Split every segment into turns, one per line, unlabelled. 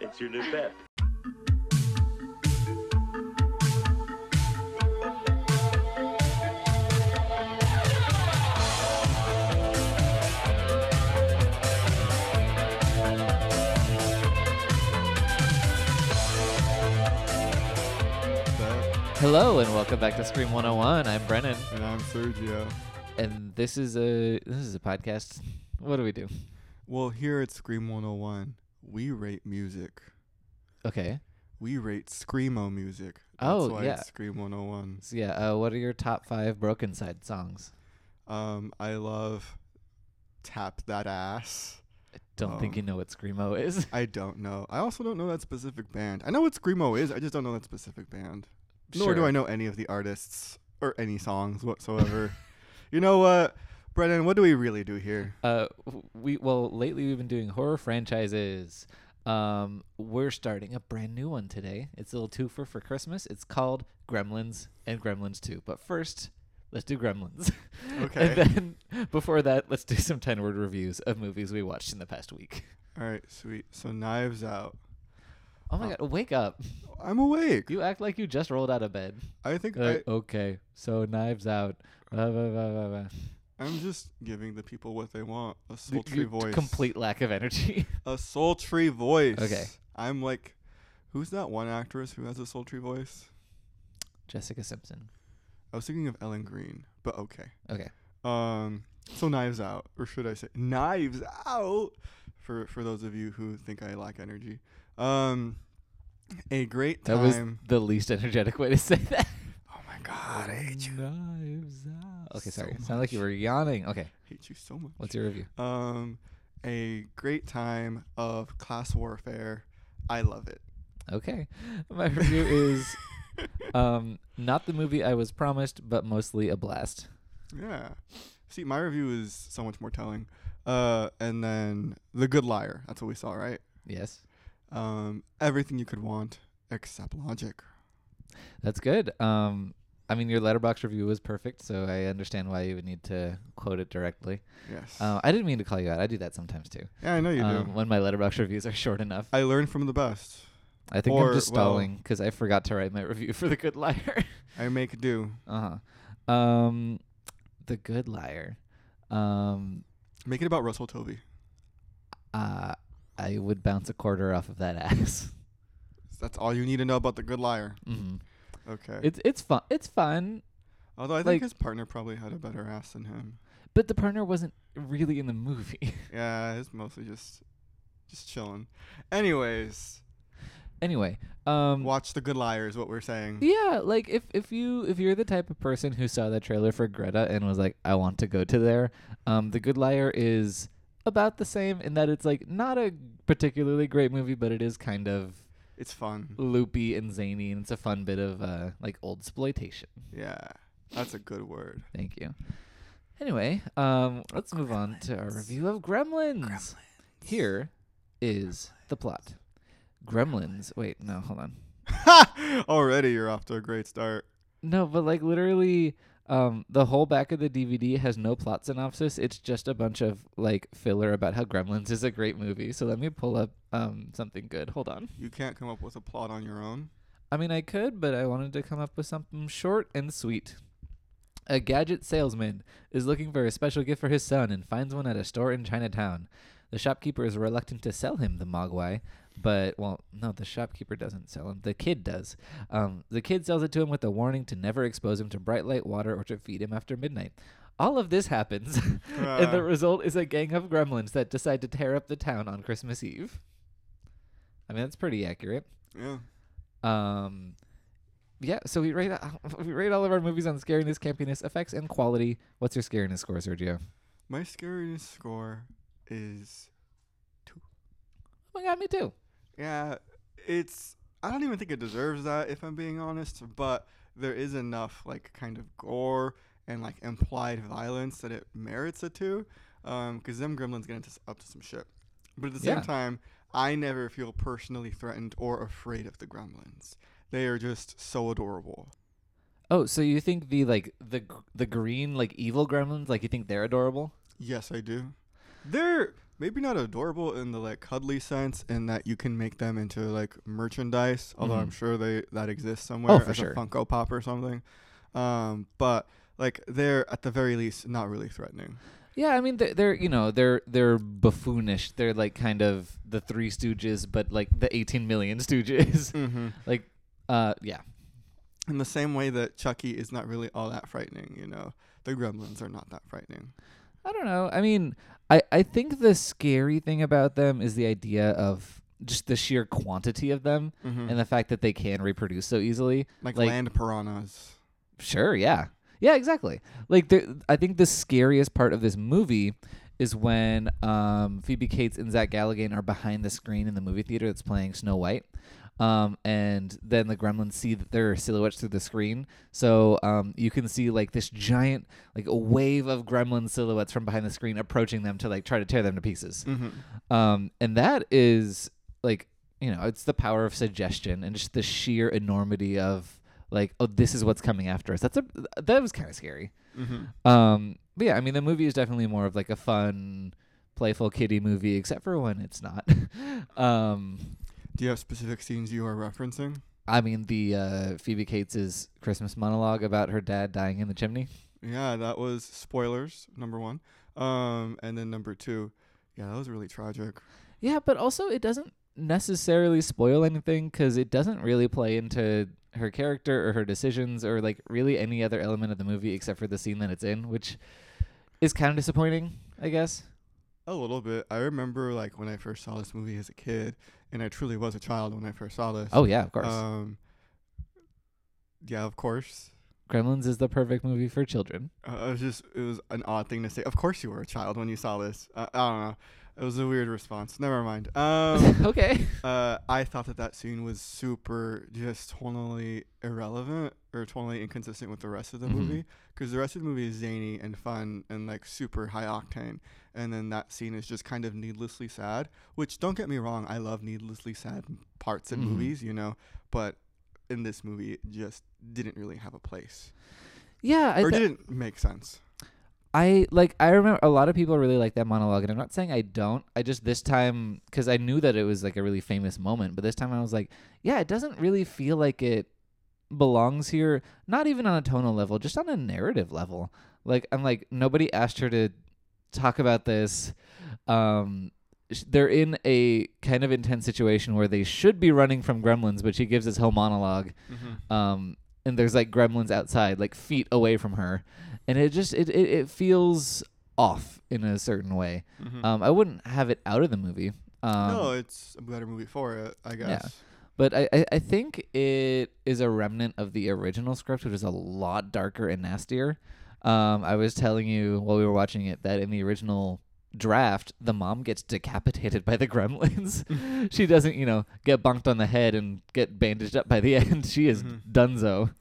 That's your new pet.
Hello and welcome back to Scream 101. I'm Brennan,
And I'm Sergio.
and this is a this is a podcast. What do we do?
Well, here at Scream 101, we rate music.
Okay.
We rate Screamo music. That's
Oh,
why
yeah.
it's Scream 101.
So yeah, uh, what are your top five Broken Side songs?
Um, I love Tap That Ass.
Don't think
Um,
you know what screamo is.
I don't know. I also don't know that specific band. I know what Screamo is, I just don't know that specific band. Nor do
Sure.
I know any of the artists or any songs whatsoever. you know what? Brennan, what do we really do here?
Uh, w- we well lately we've been doing horror franchises. Um, we're starting a brand new one today. It's a little twofer for Christmas. It's called Gremlins and Gremlins Two. But first, let's do Gremlins.
Okay.
and then before that, let's do some ten word reviews of movies we watched in the past week.
All right, sweet. So, Knives Out.
Oh my
Uh,
god, wake up.
I'm awake.
You act like you just rolled out of bed.
I think I,
Uh, okay, so knives out. Blah, blah, blah, blah, blah.
I'm just giving the people what they want. A
The-
sultry
your t-
voice.
Complete lack of energy.
A sultry voice.
Okay.
I'm like, who's that one actress who has a sultry voice?
Jessica Simpson.
I was thinking of Ellen Green, but okay.
Okay.
Um, so Knives Out, or should I say Knives Out? For for those of you who think I lack energy, um, a great
That
time.
was the least energetic way to say that.
oh my god, I hate you.
Knives out. Okay,
So
sorry. Sound like you were yawning. Okay,
hate you so much.
what's your review?
Um, a great time of class warfare. I love it.
Okay, my review is um not the movie I was promised, but mostly a blast.
Yeah. See, my review is so much more telling. Uh, and then The Good Liar. That's what we saw, right?
Yes,
Um, everything you could want except logic.
that's good. Um, I mean your letterbox review was perfect, so I understand why you would need to quote it directly.
Yes.
Uh, I didn't mean to call you out. I do that sometimes too.
yeah, I know you
um,
do.
When my letterbox reviews are short enough,
I learned from the best.
I think I'm
or,
just
well-
stalling because I forgot to write my review for the Good Liar.
I make do.
uh huh. Um, the Good Liar. Um,
Make it about Russell Tovey.
uh, I would bounce a quarter off of that ass.
That's all you need to know about The Good Liar.
hmm
Okay.
It's it's fun. It's fun,
Although I think
like-
his partner probably had a better ass than him.
but the partner wasn't really in the movie.
Yeah, it's mostly just just chilling. Anyways,
anyway, um,
watch The Good Liar is what we're saying.
Yeah, like if if you if you're the type of person who saw the trailer for Greta and was like, I want to go to there, um, The Good Liar is about the same in that it's like not a particularly great movie, but it is kind of
It's fun.
loopy and zany, and it's a fun bit of uh, like old exploitation.
Yeah. That's a good word.
Thank you. Anyway, um, let's move on to our review of Gremlins. Here is the plot. Gremlins. Wait, no, hold on.
Already you're off to a great start.
No, but like literally, um, the whole back of the DVD has no plot synopsis. It's just a bunch of like filler about how Gremlins is a great movie. So let me pull up um something good. Hold on.
You can't come up with a plot on your own.
I mean, I could, but I wanted to come up with something short and sweet. A gadget salesman is looking for a special gift for his son and finds one at a store in Chinatown. The shopkeeper is reluctant to sell him the Mogwai, but, well, no, the shopkeeper doesn't sell him. The kid does. Um, the kid sells it to him with a warning to never expose him to bright light water or to feed him after midnight. All of this happens, and the
Ah.
result is a gang of gremlins that decide to tear up the town on Christmas Eve. I mean, that's pretty accurate.
Yeah.
Um, yeah, so we rate we rate all of our movies on scariness, campiness, effects, and quality. What's your scariness score, Sergio?
My scariness score is
Oh my god, me too.
yeah, it's I don't even think it deserves that if I'm being honest, but there is enough like kind of gore and like implied violence that it merits a two. Um, 'cause them gremlins get into s- up to some shit. But at the same
Yeah.
time, I never feel personally threatened or afraid of the gremlins. They are just so adorable.
Oh, so you think the like the gr- the green like evil gremlins like you think they're adorable?
Yes, I do. They're maybe not adorable in the like cuddly sense, in that you can make them into like merchandise. Although I'm
Mhm.
sure they that exists somewhere
for
as
sure.
a Funko Pop or something. Um, but like they're at the very least not really threatening.
Yeah, I mean they're, they're you know they're they're buffoonish. They're like kind of the Three Stooges, but like the 18 million Stooges.
Mm-hmm.
like, uh, yeah,
In the same way that Chucky is not really all that frightening, you know, the Gremlins are not that frightening.
I don't know. I mean, I I think the scary thing about them is the idea of just the sheer quantity of them
Mm-hmm.
and the fact that they can reproduce so easily.
like,
like-
land piranhas.
Sure, yeah. Yeah, exactly. Like the, I think the scariest part of this movie is when um, Phoebe Cates and Zach Galligan are behind the screen in the movie theater that's playing Snow White. Um, and then the gremlins see that there are silhouettes through the screen. So um, you can see like this giant, like a wave of gremlin silhouettes from behind the screen approaching them to like try to tear them to pieces.
Mm-hmm.
Um, and that is like, you know, it's the power of suggestion and just the sheer enormity of like, oh, this is what's coming after us. That's a that was kind of scary.
Mm-hmm.
Um, but yeah, I mean, the movie is definitely more of like a fun, playful kiddie movie, except for when it's not. um,
Do you have specific scenes you are referencing?
I mean, the uh, Phoebe Cates's Christmas monologue about her dad dying in the chimney.
Yeah, that was spoilers number one, um, and then number two, yeah, that was really tragic.
Yeah, but also it doesn't necessarily spoil anything because it doesn't really play into her character or her decisions or like really any other element of the movie except for the scene that it's in, which is kind of disappointing, I guess.
A little bit. I remember like when I first saw this movie as a kid, and I truly was a child when I first saw this.
Oh yeah, of course.
Um, yeah, of course.
Gremlins is the perfect movie for children.
Uh, it was just it was an odd thing to say. Of course, you were a child when you saw this. Uh, I don't know. It was a weird response. Never mind. Um,
okay.
uh, I thought that that scene was super just totally irrelevant or totally inconsistent with the rest of the
Mhm.
movie because the rest of the movie is zany and fun and like super high octane, and then that scene is just kind of needlessly sad. Which don't get me wrong, I love needlessly sad m- parts in
Mhm.
movies, you know, but in this movie, it just didn't really have a place
Yeah, I
or
thi-
didn't make sense.
I like I remember a lot of people really like that monologue and I'm not saying I don't. I just this time cuz I knew that it was like a really famous moment, but this time I was like, yeah, it doesn't really feel like it belongs here, not even on a tonal level, just on a narrative level. Like I'm like nobody asked her to talk about this. Um sh- they're in a kind of intense situation where they should be running from gremlins, but she gives this whole monologue um and there's like gremlins outside like feet away from her and it just it it, it feels off in a certain way um i wouldn't have it out of the movie um
Mm. no, it's a better movie for it, I guess.
but I, I i think it is a remnant of the original script which is a lot darker and nastier um i was telling you while we were watching it that in the original draft the mom gets decapitated by the gremlins she doesn't you know get bonked on the head and get bandaged up by the end she is
Mhm.
dunzo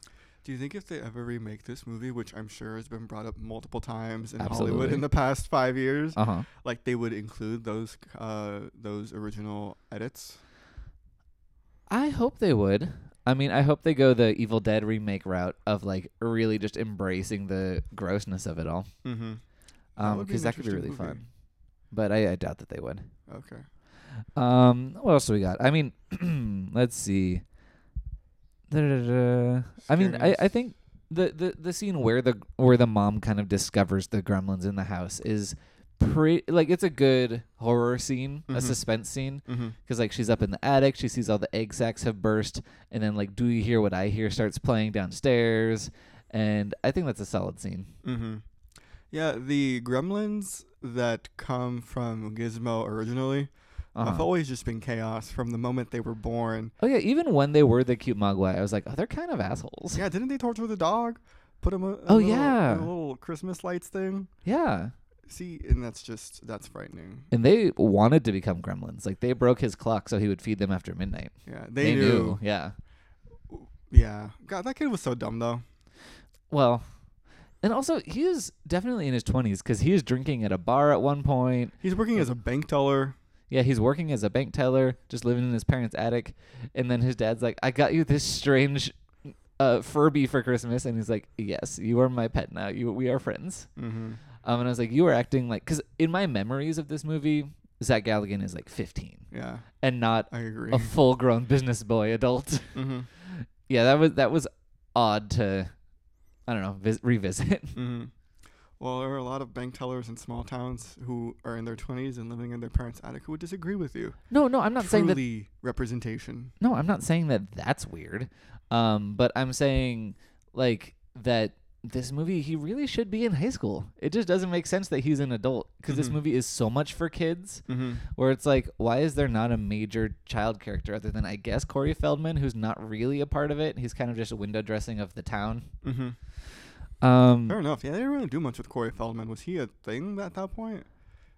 Do you think if they ever remake this movie, which I'm sure has been brought up multiple times in Hollywood
Absolutely.
in the past five years,
uh-huh
like they would include those uh, those original edits?
I hope they would. I mean, I hope they go the Evil Dead remake route of like really just embracing the grossness of it all,
Mm-hmm. That would be an
because Um, that could be really
interesting movie.
fun. But I, I doubt that they would.
Okay.
Um, what else do we got? I mean, let's see. Da-da-da-da. I mean, I, I
Scariest.
think the, the the scene where the where the mom kind of discovers the gremlins in the house is pretty like it's a good horror scene, a
Mhm.
suspense scene
Mm-hmm.
because like she's up in the attic she sees all the egg sacs have burst and then like do you hear what i hear starts playing downstairs and i think that's a solid scene
Mm-hmm. Yeah, the gremlins that come from Gizmo originally have
Uh-huh.
always just been chaos from the moment they were born.
oh yeah even when they were the cute mogwai i was like oh they're kind of assholes
Yeah, didn't they torture the dog? Put him a, a
Oh,
little,
yeah.
a little Christmas lights thing.
yeah
See, and that's just that's frightening.
and they wanted to become gremlins like they broke his clock so he would feed them after midnight
Yeah, they,
knew.
knew.
yeah
Yeah. God, that kid was so dumb though.
well and also he is definitely in his 20s because he is drinking at a bar at one point
He's working
Mm-hmm.
as a bank teller.
Yeah, he's working as a bank teller, just living in his parents' attic, and then his dad's like, "I got you this strange uh, Furby for Christmas," and he's like, "Yes, you are my pet now. You, we are friends."
Mm-hmm.
Um, and I was like, "You are acting like," because in my memories of this movie, Zach Galligan is like 15
Yeah,
and not
I agree.
a full-grown business boy adult.
mm-hmm.
yeah, that was that was odd to I don't know, vis- revisit.
Mm-hmm. Well, there are a lot of bank tellers in small towns who are in their 20s and living in their parents' attic who would disagree with you.
no, no, I'm not saying that
Truly representation.
No, I'm not saying that that's weird. Um, but I'm saying like that this movie he really should be in high school. It just doesn't make sense that he's an adult because this
Mhm.
movie is so much for kids.
Mm-hmm.
Where it's like, why is there not a major child character other than I guess Corey Feldman, who's not really a part of it. He's kind of just a window dressing of the town.
Mm-hmm. Fair
Um,
enough. Yeah, they didn't really do much with Corey Feldman. Was he a thing at that point?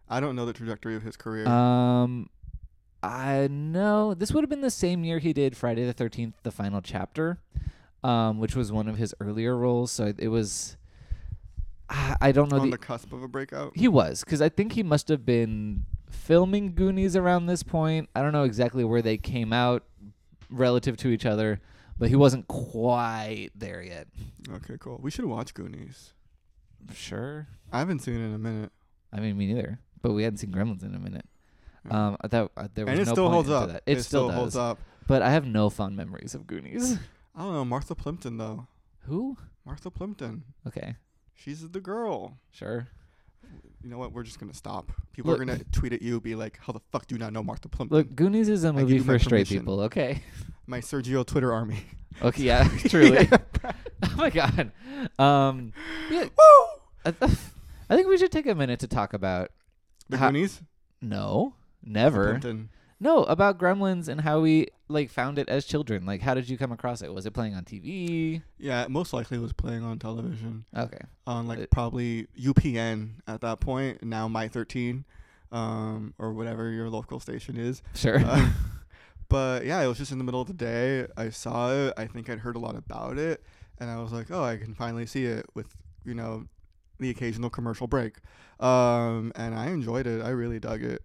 I don't know the trajectory of his career.
um, I know this would have been the same year he did Friday the Thirteenth, the final chapter, um, which was one of his earlier roles. So it was. I I don't know
on
the
the cusp of a breakout.
He was, because I think he must have been filming Goonies around this point. I don't know exactly where they came out relative to each other, but he wasn't quite there yet.
Okay, cool. We should watch Goonies.
Sure.
I haven't seen it in a minute.
I mean, me neither. But we hadn't seen Gremlins in a minute. Um, I thought uh, there
Mm.
was
and it
no
still
point
holds
into
up.
that. It, still, does.
holds up.
But I have no fond memories of Goonies.
I don't know. Martha Plimpton, though.
Who?
Martha Plimpton.
Okay,
She's the girl.
sure.
You know what? We're just going to stop. People are
Look-
going to tweet at you, be like, how the fuck do you not know Martha Plimpton?
Look, Goonies is a
give
movie
you my
for straight
permission.
people. Okay.
My Sergio Twitter army.
Okay. Yeah. Truly. oh my god. Um. Yeah.
Woo!
I, th- I think we should take a minute to talk about
The
Ha-
Goonies?
no, never,
Plimpton.
no about Gremlins and how we like found it as children. Like, how did you come across it? Was it playing on TV?
Yeah, it most likely was playing on television.
Okay,
on like
It-
probably UPN at that point, now My 13, um, or whatever your local station is.
sure.
Uh, but yeah, it was just in the middle of the day. I saw it. I think I'd heard a lot about it, and I was like, oh, I can finally see it with you know the occasional commercial break. Um, and I enjoyed it. I really dug it.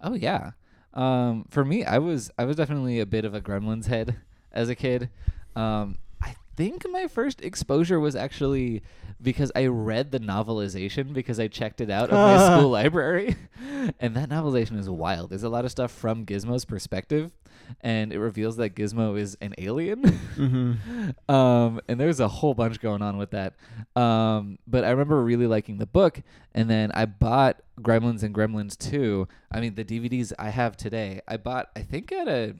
oh yeah. Um, for me, I was I was definitely a bit of a Gremlins head as a kid. Um, I think my first exposure was actually because I read the novelization because I checked it out of my school library, and that novelization is wild. There's a lot of stuff from Gizmo's perspective, and it reveals that Gizmo is an alien.
Mm-hmm.
um, and there's a whole bunch going on with that. Um, but I remember really liking the book, and then I bought Gremlins and Gremlins 2. I mean, the DVDs I have today, I bought, I think, at a.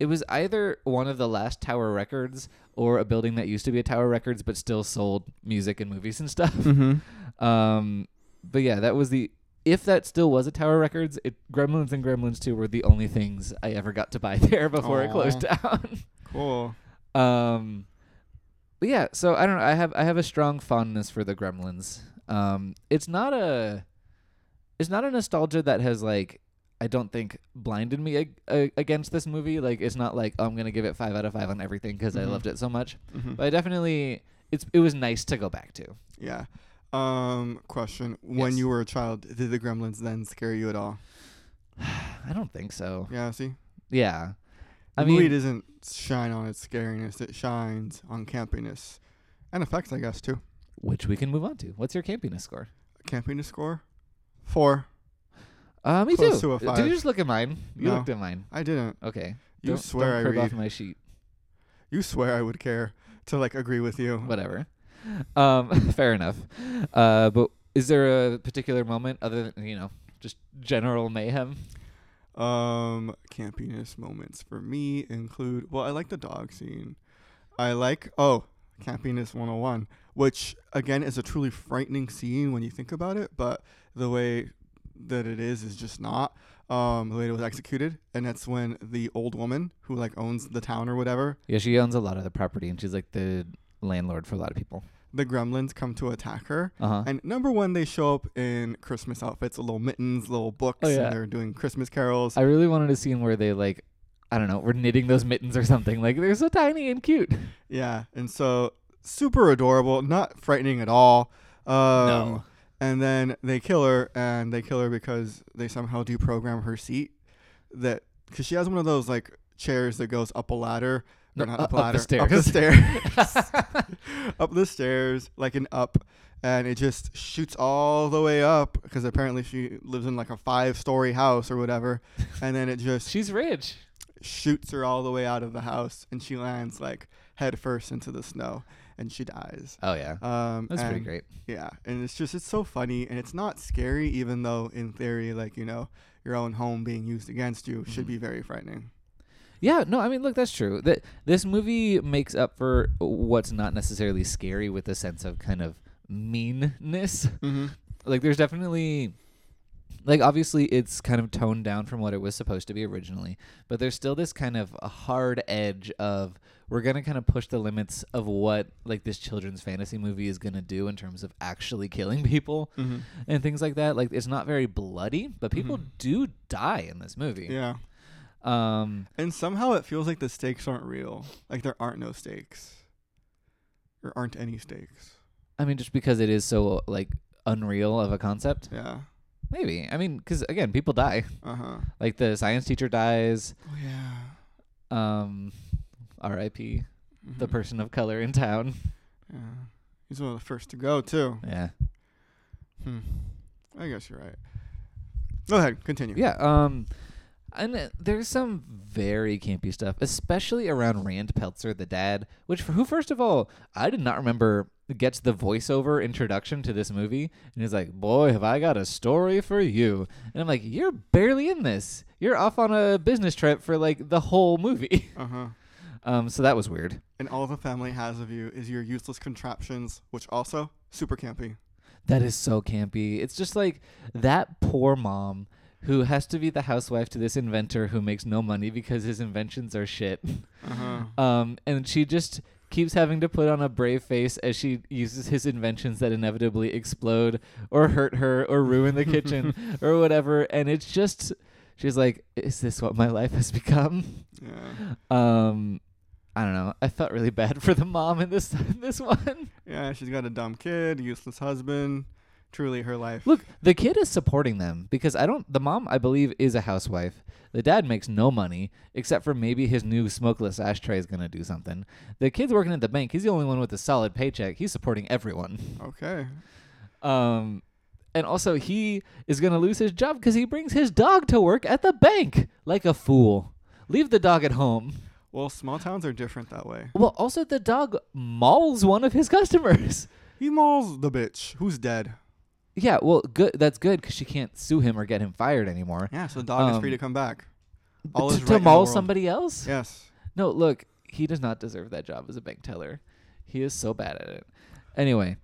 It was either one of the last Tower Records or a building that used to be a Tower Records but still sold music and movies and stuff.
Mm-hmm.
Um, but yeah, that was the. If that still was a Tower Records, it, Gremlins and Gremlins 2 were the only things I ever got to buy there before it
Aw.
closed down.
Cool.
Um, but yeah, so I don't know. I have I have a strong fondness for the Gremlins. Um, it's not a, it's not a nostalgia that has like I don't think blinded me ag- a- against this movie. Like it's not like oh, I'm gonna give it five out of five on everything because
Mhm.
I loved it so much.
Mm-hmm.
But I definitely it's it was nice to go back to.
Yeah. Um, question: When
Yes.
you were a child, did the Gremlins then scare you at all?
I don't think so.
Yeah. See.
Yeah,
The
I
movie
mean,
doesn't shine on its scariness; it shines on campiness and effects, I guess, too.
which we can move on to. What's your campiness score?
Campiness score four.
Uh, me
Close
too.
to a
Did
five.
you just look at mine? You
No.
looked at mine.
I didn't.
Okay.
You
don't,
swear
don't
I
crib
read.
off my sheet.
You swear I would care to like agree with you.
whatever. Um, fair enough. Uh, but is there a particular moment other than you know just general mayhem?
Um, campiness moments for me include well, I like the dog scene. I like oh, campiness 101, which again is a truly frightening scene when you think about it, but the way that it is is just not. Um, the way it was executed, and that's when the old woman who like owns the town or whatever,
Yeah, she owns a lot of the property, and she's like the landlord for a lot of people.
the gremlins come to attack her.
Uh huh.
And number one, they show up in Christmas outfits, little mittens, little books,
Oh, yeah.
and they're doing Christmas carols.
I really wanted a scene where they like, I don't know, were knitting those mittens or something. Like they're so tiny and cute.
Yeah, and so super adorable, not frightening at all. Um,
No.
And then they kill her, and they kill her because they somehow deprogram her seat. That because she has one of those like chairs that goes up a ladder. or
No,
not
u-
up a
up
ladder,
the
Up the
stairs.
stairs. up the stairs, like an up. and it just shoots all the way up because apparently she lives in like a five story house or whatever, and then it just
She's rich.
shoots her all the way out of the house, and she lands like head first into the snow, and she dies.
Oh yeah,
Um,
that's pretty
and-
great.
Yeah, and it's just it's so funny, and it's not scary, even though in theory, like you know, your own home being used against you should be very frightening.
Yeah, no, I mean, look, that's true. That this movie makes up for what's not necessarily scary with a sense of kind of meanness.
Mm-hmm.
Like, there's definitely, like, obviously, it's kind of toned down from what it was supposed to be originally, but there's still this kind of hard edge of we're gonna kind of push the limits of what like this children's fantasy movie is gonna do in terms of actually killing people
Mm-hmm.
and things like that. Like, it's not very bloody, but people
Mhm.
do die in this movie.
Yeah,
Um.
and somehow it feels like the stakes aren't real. Like there aren't no stakes. There aren't any stakes.
I mean, just because it is so like unreal of a concept,
Yeah.
maybe. I mean, because again, people die.
Uh huh.
Like the science teacher dies.
Oh yeah.
Um, R.I.P. The
Mhm.
person of color in town.
Yeah. He's one of the first to go too.
Yeah.
Hmm. I guess you're right. Go ahead, continue.
Yeah. Um, and uh, there's some very campy stuff, especially around Rand Peltzer, the dad, which who, first of all, I did not remember gets the voiceover introduction to this movie, and he's like, "Boy, have I got a story for you," and I'm like, "You're barely in this. You're off on a business trip for like the whole movie."
Uh huh.
um, so that was weird.
And all the family has of you is your useless contraptions, which also super campy.
That is so campy. It's just like that poor mom. Who has to be the housewife to this inventor who makes no money because his inventions are shit?
Uh huh.
Um, and she just keeps having to put on a brave face as she uses his inventions that inevitably explode or hurt her or ruin the kitchen or whatever. And it's just, she's like, is this what my life has become?
Yeah.
Um, I don't know. I felt really bad for the mom in this this one.
Yeah, she's got a dumb kid, useless husband. Truly her life.
Look, the kid is supporting them because I don't. The mom, I believe, is a housewife. The dad makes no money except for maybe his new smokeless ashtray is gonna do something. The kid's working at the bank. He's the only one with a solid paycheck. He's supporting everyone.
Okay.
Um, and also he is gonna lose his job because he brings his dog to work at the bank like a fool. Leave the dog at home.
Well, small towns are different that way.
Well, also the dog mauls one of his customers.
He mauls the bitch who's dead.
yeah, well, good. That's good because she can't sue him or get him fired anymore.
Yeah, so the dog is free
Um,
to come back. All
to,
is
to
right in the
maul
world.
somebody else?
Yes.
No, look, he does not deserve that job as a bank teller. He is so bad at it. Anyway,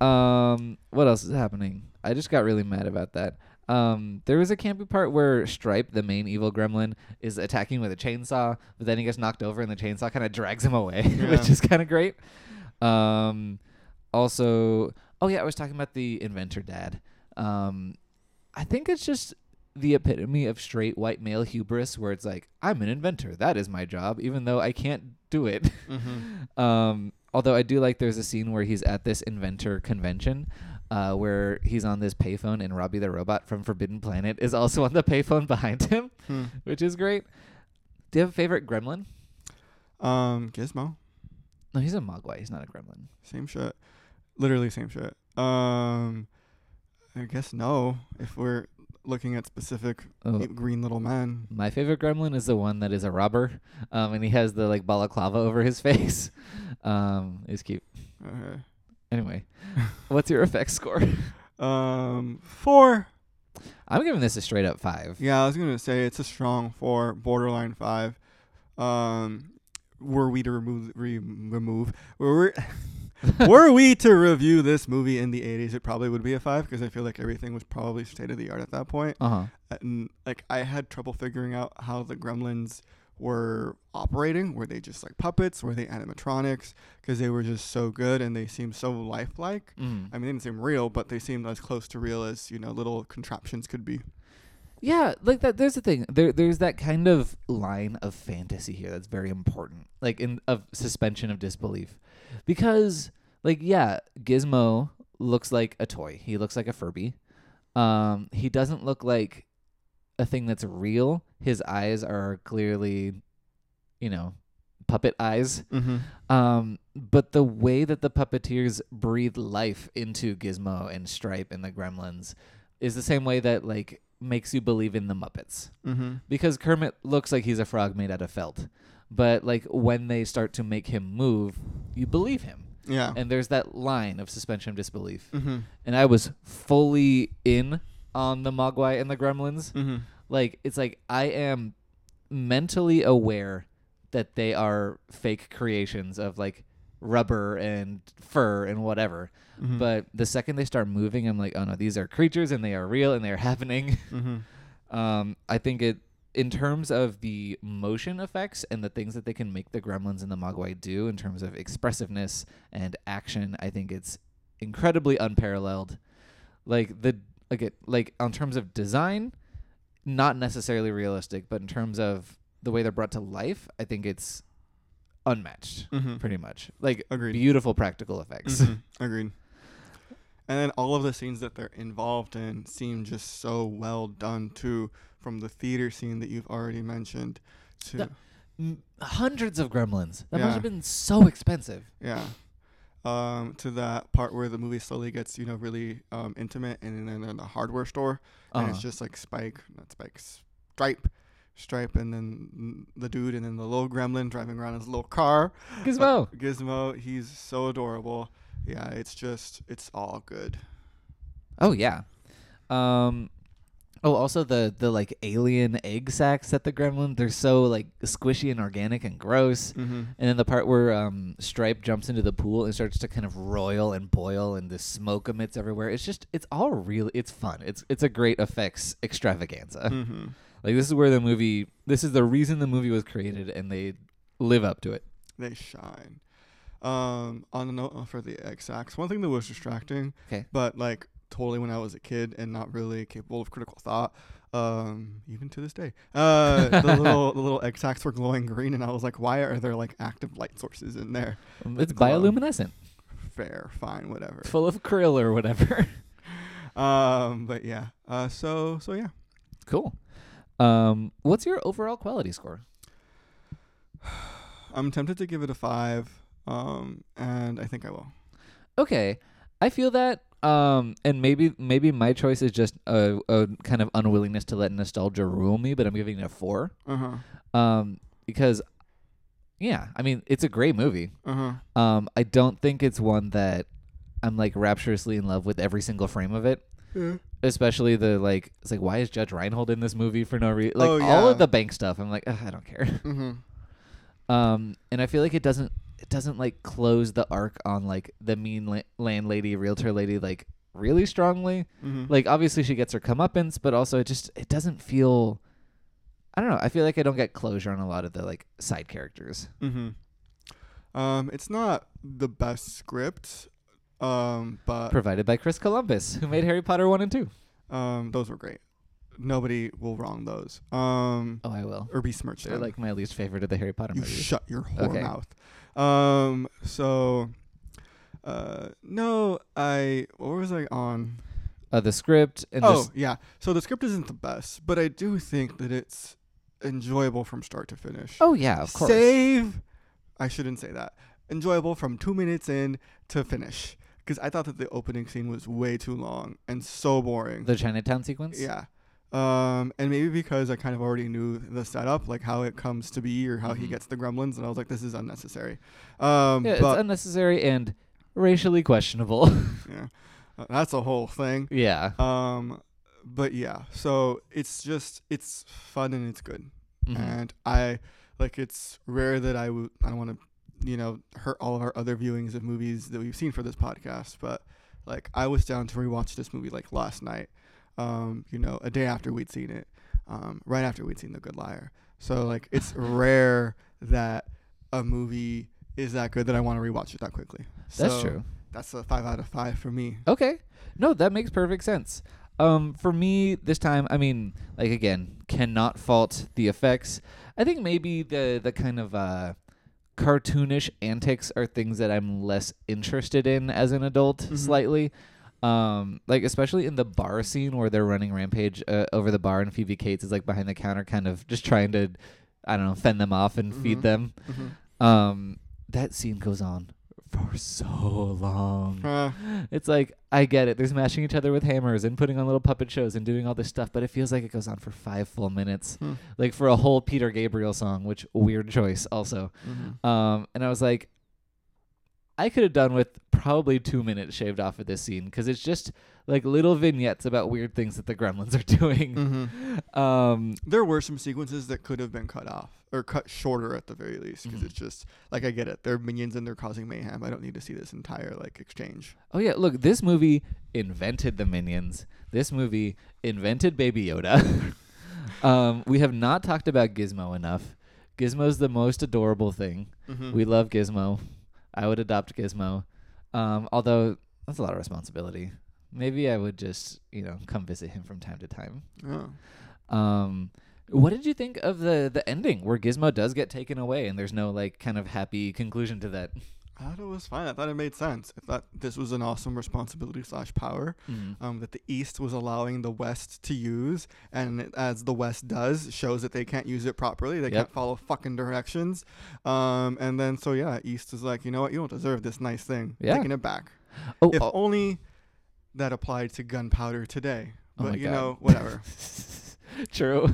um, what else is happening? I just got really mad about that. Um, there was a campy part where Stripe, the main evil gremlin, is attacking with a chainsaw, but then he gets knocked over and the chainsaw kind of drags him away, which
Yeah.
is kind of great. Um, also, oh yeah, I was talking about the inventor dad. Um, I think it's just the epitome of straight white male hubris, where it's like, I'm an inventor, that is my job, even though I can't do it.
Mm-hmm.
Um, although I do like there's a scene where he's at this inventor convention uh, where he's on this payphone and Robbie the robot from Forbidden Planet is also on the payphone behind him,
Hmm.
which is great. Do you have a favorite gremlin?
Um, Gizmo,
No, he's a Mogwai. He's not a gremlin.
same shit. Literally same shit. Um, I guess no. If we're looking at specific
Oh,
green little men.
my favorite gremlin is the one that is a robber, um, and he has the like balaclava over his face. Um, it's cute.
Okay.
Anyway, what's your effects score?
Um, four.
I'm giving this a straight up five.
Yeah, I was gonna say it's a strong four, borderline five. Um, were we to remove re- remove were we, were we to review this movie in the '80s, it probably would be a five because I feel like everything was probably state of the art at that point.
Uh huh.
And like I had trouble figuring out how the Gremlins were operating. Were they just like puppets? Were they animatronics? Because they were just so good and they seemed so lifelike.
Mm.
I mean, they didn't seem real, but they seemed as close to real as you know little contraptions could be.
Yeah, like that. There's the thing. There, there's that kind of line of fantasy here that's very important, like in of suspension of disbelief, because like yeah, Gizmo looks like a toy. He looks like a Furby. Um, he doesn't look like a thing that's real. His eyes are clearly, you know, puppet eyes.
Mm-hmm.
Um, but the way that the puppeteers breathe life into Gizmo and Stripe and the Gremlins is the same way that like makes you believe in the Muppets.
Mm-hmm.
Because Kermit looks like he's a frog made out of felt, but like when they start to make him move, you believe him.
Yeah.
And there's that line of suspension of disbelief.
mm-hmm.
And I was fully in on the Mogwai and the Gremlins.
Mm-hmm.
Like it's like I am mentally aware that they are fake creations of like rubber and fur and whatever.
Mhm.
But the second they start moving, I'm like, oh no, these are creatures and they are real and they are happening.
Mm-hmm.
um, I think it in terms of the motion effects and the things that they can make the gremlins and the mogwai do in terms of expressiveness and action, I think it's incredibly unparalleled. Like the again, like on terms of design, not necessarily realistic, but in terms of the way they're brought to life, I think it's unmatched,
Mm-hmm.
pretty much. Like
Agreed.
beautiful practical effects.
Mhm, Agreed. And then all of the scenes that they're involved in seem just so well done too, from the theater scene that you've already mentioned to
Yeah. M- Hundreds of gremlins. That
Yeah.
must have been so expensive.
yeah, um, to that part where the movie slowly gets you know really um, intimate, and then they're in the hardware store, and
Uh-huh.
it's just like Spike, not Spike, Stripe, Stripe, and then the dude, and then the little gremlin driving around his little car.
Uh-huh. Gizmo.
Gizmo, he's so adorable. Yeah, it's just it's all good.
Oh yeah. Um Oh, also the the like alien egg sacs at the gremlin, they're so like squishy and organic and gross.
Mm-hmm.
And then the part where um Stripe jumps into the pool and starts to kind of roil and boil and the smoke emits everywhere. It's just it's all really it's fun. It's it's a great effects extravaganza.
Mm-hmm.
Like this is where the movie this is the reason the movie was created and they live up to it.
they shine. Um, on the note for the X-Ax, one thing that was distracting,
'Kay.
but like totally when I was a kid and not really capable of critical thought, um, even to this day, uh, the little the little X-Ax were glowing green, and I was like, why are there like active light sources in there?
Um, It's
Glow.
bioluminescent,
Fair, fine, whatever.
full of krill or whatever.
Um, but yeah, uh, so so yeah,
cool. Um what's your overall quality score?
I'm tempted to give it a five, um, and I think I will.
okay i feel that um and maybe maybe my choice is just a, a kind of unwillingness to let nostalgia rule me but i'm giving it a four
Uh huh.
um because yeah i mean it's a great movie
Uh huh.
um i don't think it's one that i'm like rapturously in love with every single frame of it
Yeah.
especially the like it's like why is judge reinhold in this movie for no reason like
Oh,
all
yeah.
of the bank stuff i'm like "Ugh, i don't care
Mm-hmm.
um, and I feel like it doesn't it doesn't like close the arc on like the mean la- landlady realtor lady like really strongly.
Mm-hmm.
Like obviously she gets her comeuppance, but also it just it doesn't feel. I don't know. I feel like I don't get closure on a lot of the like side characters.
Mm-hmm. Um, it's not the best script, um, but
Provided by Chris Columbus, who made Harry Potter one and two.
um, those were great. Nobody will wrong those. Um,
Oh, I will.
or besmirch
They're
them.
like my least favorite of the Harry Potter
you
movies.
shut your whore
Okay.
mouth. Um, so, uh, no, I what was I on?
Uh, the script and
oh
just
yeah. So the script isn't the best, but I do think that it's enjoyable from start to finish.
oh yeah, of course.
Save. I shouldn't say that. Enjoyable from two minutes in to finish. Because I thought that the opening scene was way too long and so boring.
the Chinatown sequence.
yeah. Um, and maybe because I kind of already knew the setup, like how it comes to be or how he
Mhm.
gets the gremlins, and I was like, this is unnecessary. Um,
Yeah, it's
but
unnecessary and racially questionable.
yeah, Uh, that's a whole thing.
yeah.
Um, but yeah, so it's just, it's fun and it's good.
Mhm.
and I like it's rare that I would I want to you know hurt all of our other viewings of movies that we've seen for this podcast, but like I was down to rewatch this movie like last night, um, you know, a day after we'd seen it, um, right after we'd seen The Good Liar. So like it's rare that a movie is that good that I want to rewatch it that quickly.
That's
So
true.
That's a five out of five for me.
Okay. No, that makes perfect sense. Um, for me this time, I mean, like again, cannot fault the effects. I think maybe the the kind of uh, cartoonish antics are things that I'm less interested in as an adult, slightly. Um, like especially in the bar scene where they're running rampage uh, over the bar, and Phoebe Cates is like behind the counter, kind of just trying to, I don't know, fend them off and feed them. Um, that scene goes on for so long.
Uh,
It's like I get it. They're smashing each other with hammers and putting on little puppet shows and doing all this stuff, but it feels like it goes on for five full minutes,
hmm.
like for a whole Peter Gabriel song, which weird choice also.
Mhm.
Um, and I was like, I could have done with probably two minutes shaved off of this scene because it's just like little vignettes about weird things that the gremlins are doing.
Mhm.
Um,
There were some sequences that could have been cut off or cut shorter at the very least because
Mhm.
it's just like I get it. They're minions and they're causing mayhem. I don't need to see this entire like exchange.
oh yeah, look, this movie invented the minions. This movie invented Baby Yoda. um, we have not talked about Gizmo enough. Gizmo's the most adorable thing.
Mm-hmm.
We love Gizmo. I would adopt Gizmo. Um, although that's a lot of responsibility. Maybe I would just, you know, come visit him from time to time.
oh.
Um, what did you think of the the ending where Gizmo does get taken away and there's no like kind of happy conclusion to that?
I thought it was fine. I thought it made sense. I thought this was an awesome responsibility slash power um, that the East was allowing the West to use, and it- as the West does, shows that they can't use it properly. They
Yep.
can't follow fucking directions. Um, and then so yeah, East is like, you know what? You don't deserve this nice thing.
Yeah.
Taking it back.
Oh,
if
oh,
only that applied to gunpowder today.
Oh
But
my
you
God.
know, whatever.
true.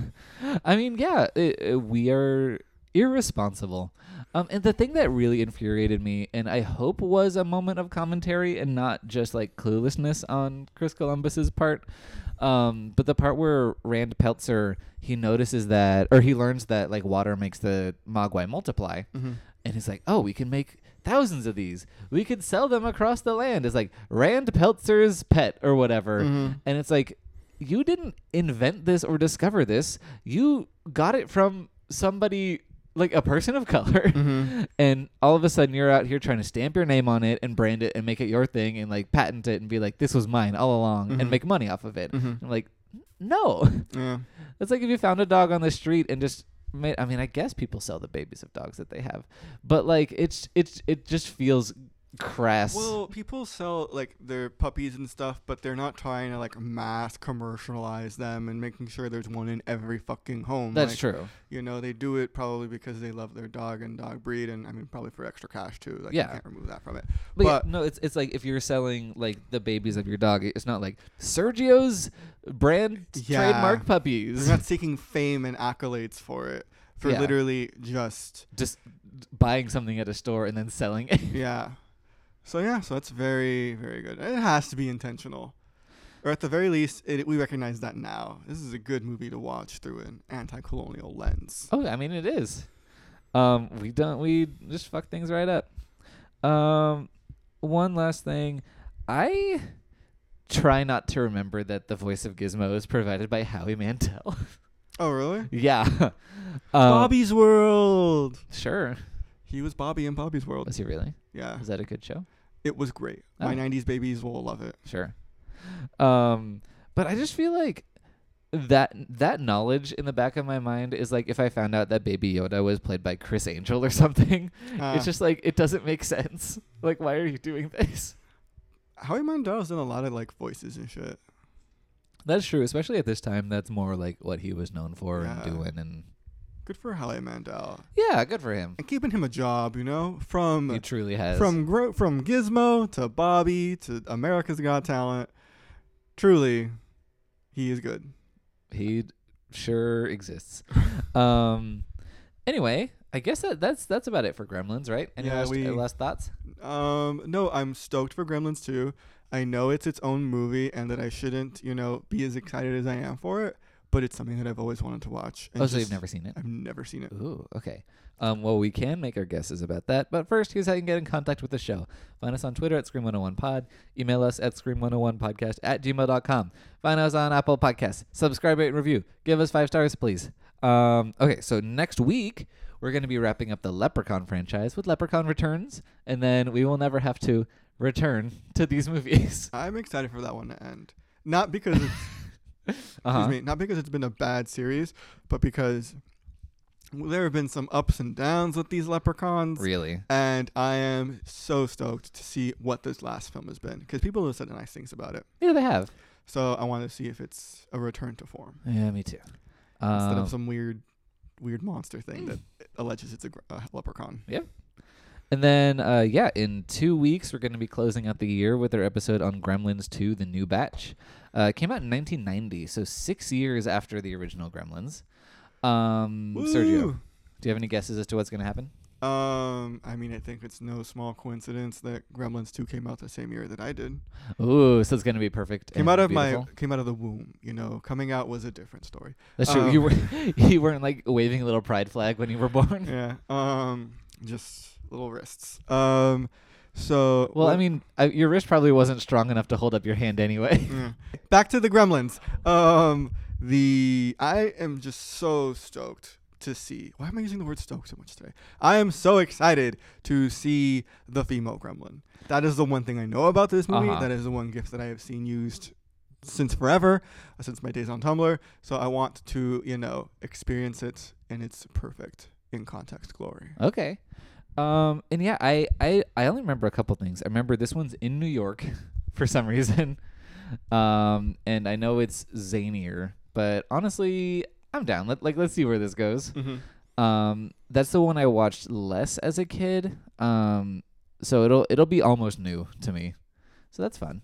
I mean, yeah, i i we are irresponsible. Um, and the thing that really infuriated me, and I hope was a moment of commentary and not just like cluelessness on Chris Columbus's part, um, but the part where Rand Peltzer he notices that, or he learns that like water makes the Mogwai multiply,
Mhm.
and he's like, oh, we can make thousands of these. We could sell them across the land. It's like Rand Peltzer's pet or whatever.
Mhm.
And it's like, you didn't invent this or discover this. You got it from somebody like a person of color.
Mhm.
And all of a sudden you're out here trying to stamp your name on it and brand it and make it your thing and like patent it and be like, this was mine all along
Mhm.
and make money off of it.
Mhm.
I'm like, no.
Yeah.
It's like if you found a dog on the street and just made, I mean, I guess people sell the babies of dogs that they have, but like it's it's it just feels crass.
Well, people sell like their puppies and stuff, but they're not trying to like mass commercialize them and making sure there's one in every fucking home.
That's
Like,
true.
You know, they do it probably because they love their dog and dog breed, and I mean probably for extra cash too. Like
Yeah.
you can't remove that from it.
But, yeah,
but-
no, it's it's like if you're selling like the babies of your dog, it's not like Sergio's brand
Yeah.
trademark
They're
puppies.
not seeking fame and accolades for it. For
Yeah.
literally just
just buying something at a store and then selling it.
yeah. So yeah, so that's very very good. It has to be intentional, or at the very least, it, we recognize that now. This is a good movie to watch through an anti-colonial lens.
Oh, I mean it is. Um, we don't we just fuck things right up. Um, one last thing, I try not to remember that the voice of Gizmo is provided by Howie Mantel.
Oh really?
yeah, Um,
Bobby's World.
Sure,
He was Bobby in Bobby's World.
was he really?
Yeah,
Is that a good show?
it was great. My
Oh.
'90s babies will love it.
Sure. Um, but I just feel like that that knowledge in the back of my mind is like if I found out that Baby Yoda was played by Chris Angel or something.
Uh,
it's just like it doesn't make sense. Like, why are you doing this?
Howie Mandel's done a lot of like voices and shit.
That's true, especially at this time. That's more like what he was known for
Yeah.
and doing, and
Good for Howie Mandel
yeah, good for him.
and keeping him a job. You know, from
He truly has.
from Gro- from Gizmo to Bobby to America's Got Talent. Truly, he is good.
he d- sure exists. um. Anyway, I guess that, that's that's about it for Gremlins, right? Any
Yeah,
last,
we-
uh, last thoughts?
Um, no, I'm stoked for Gremlins 2. I know it's its own movie and that I shouldn't, you know, be as excited as I am for it, but it's something that I've always wanted to watch. and
Oh, so you've
just-
never seen it?
I've never seen it.
Ooh, okay. Um, well, we can make our guesses about that, but first, here's how you can get in contact with the show. Find us on Twitter at Scream101pod. Email us at Scream101podcast at gmail.com. Find us on Apple Podcasts. Subscribe, rate, and review. Give us five stars, please. Um, okay, so next week, we're going to be wrapping up the Leprechaun franchise with Leprechaun Returns, and then we will never have to return to these movies.
I'm excited for that one to end. Not because it's,
Uh-huh.
excuse me, not because it's been a bad series, but because there have been some ups and downs with these leprechauns.
Really?
And I am so stoked to see what this last film has been because people have said nice things about it.
Yeah, they have.
So I want to see if it's a return to form
Yeah, me too.
instead
Um,
of some weird weird monster thing that alleges it's a, gr- a leprechaun.
And then, uh, yeah, in two weeks, we're going to be closing out the year with our episode on Gremlins 2, The New Batch. Uh, it came out in 1990, so six years after the original Gremlins. Um, Sergio, do you have any guesses as to what's going to happen?
Woo! Um, I mean, I think it's no small coincidence that Gremlins 2 came out the same year that I did.
Ooh, so it's going to be perfect.
Came
and
out of
beautiful.
my came out of the womb, you know. Coming out was a different story.
That's true.
um,
you, were, you weren't like waving a little pride flag when you were born.
yeah. Um, just little wrists. Um, so
Well, I
what-
mean, uh, your wrist probably wasn't strong enough to hold up your hand anyway.
Yeah. Back to the Gremlins. Um, the I am just so stoked to see. Why am I using the word stoked so much today? I am so excited to see the female Gremlin. That is the one thing I know about this movie.
Uh-huh.
That is the one gift that I have seen used since forever, uh, since my days on Tumblr. So I want to, you know, experience it in its perfect in context glory.
Okay. Um, and yeah, I, I, I only remember a couple things. I remember this one's in New York for some reason. Um, and I know it's zanier, but honestly, I'm down. Let, like, let's see where this goes. Um, that's the one I watched less as a kid. Um, so it'll, it'll be almost new to me. So that's fun.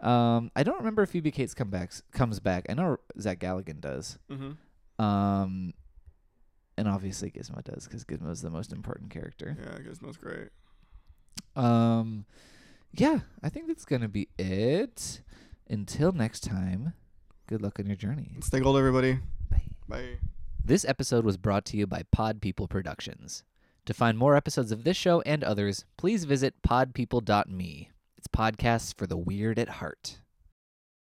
Um, I don't remember if Phoebe Cates come back, comes back. I know Zach Galligan does.
Mm-hmm.
Um, and obviously Gizmo does because Gizmo's the most important character.
Yeah, I guess that's great.
Um, yeah, I think that's gonna be it. Until next time, good luck on your journey.
Stay gold, everybody.
Bye.
Bye.
This episode was brought to you by Pod People Productions. To find more episodes of this show and others, please visit podpeople.me. It's podcasts for the weird at heart.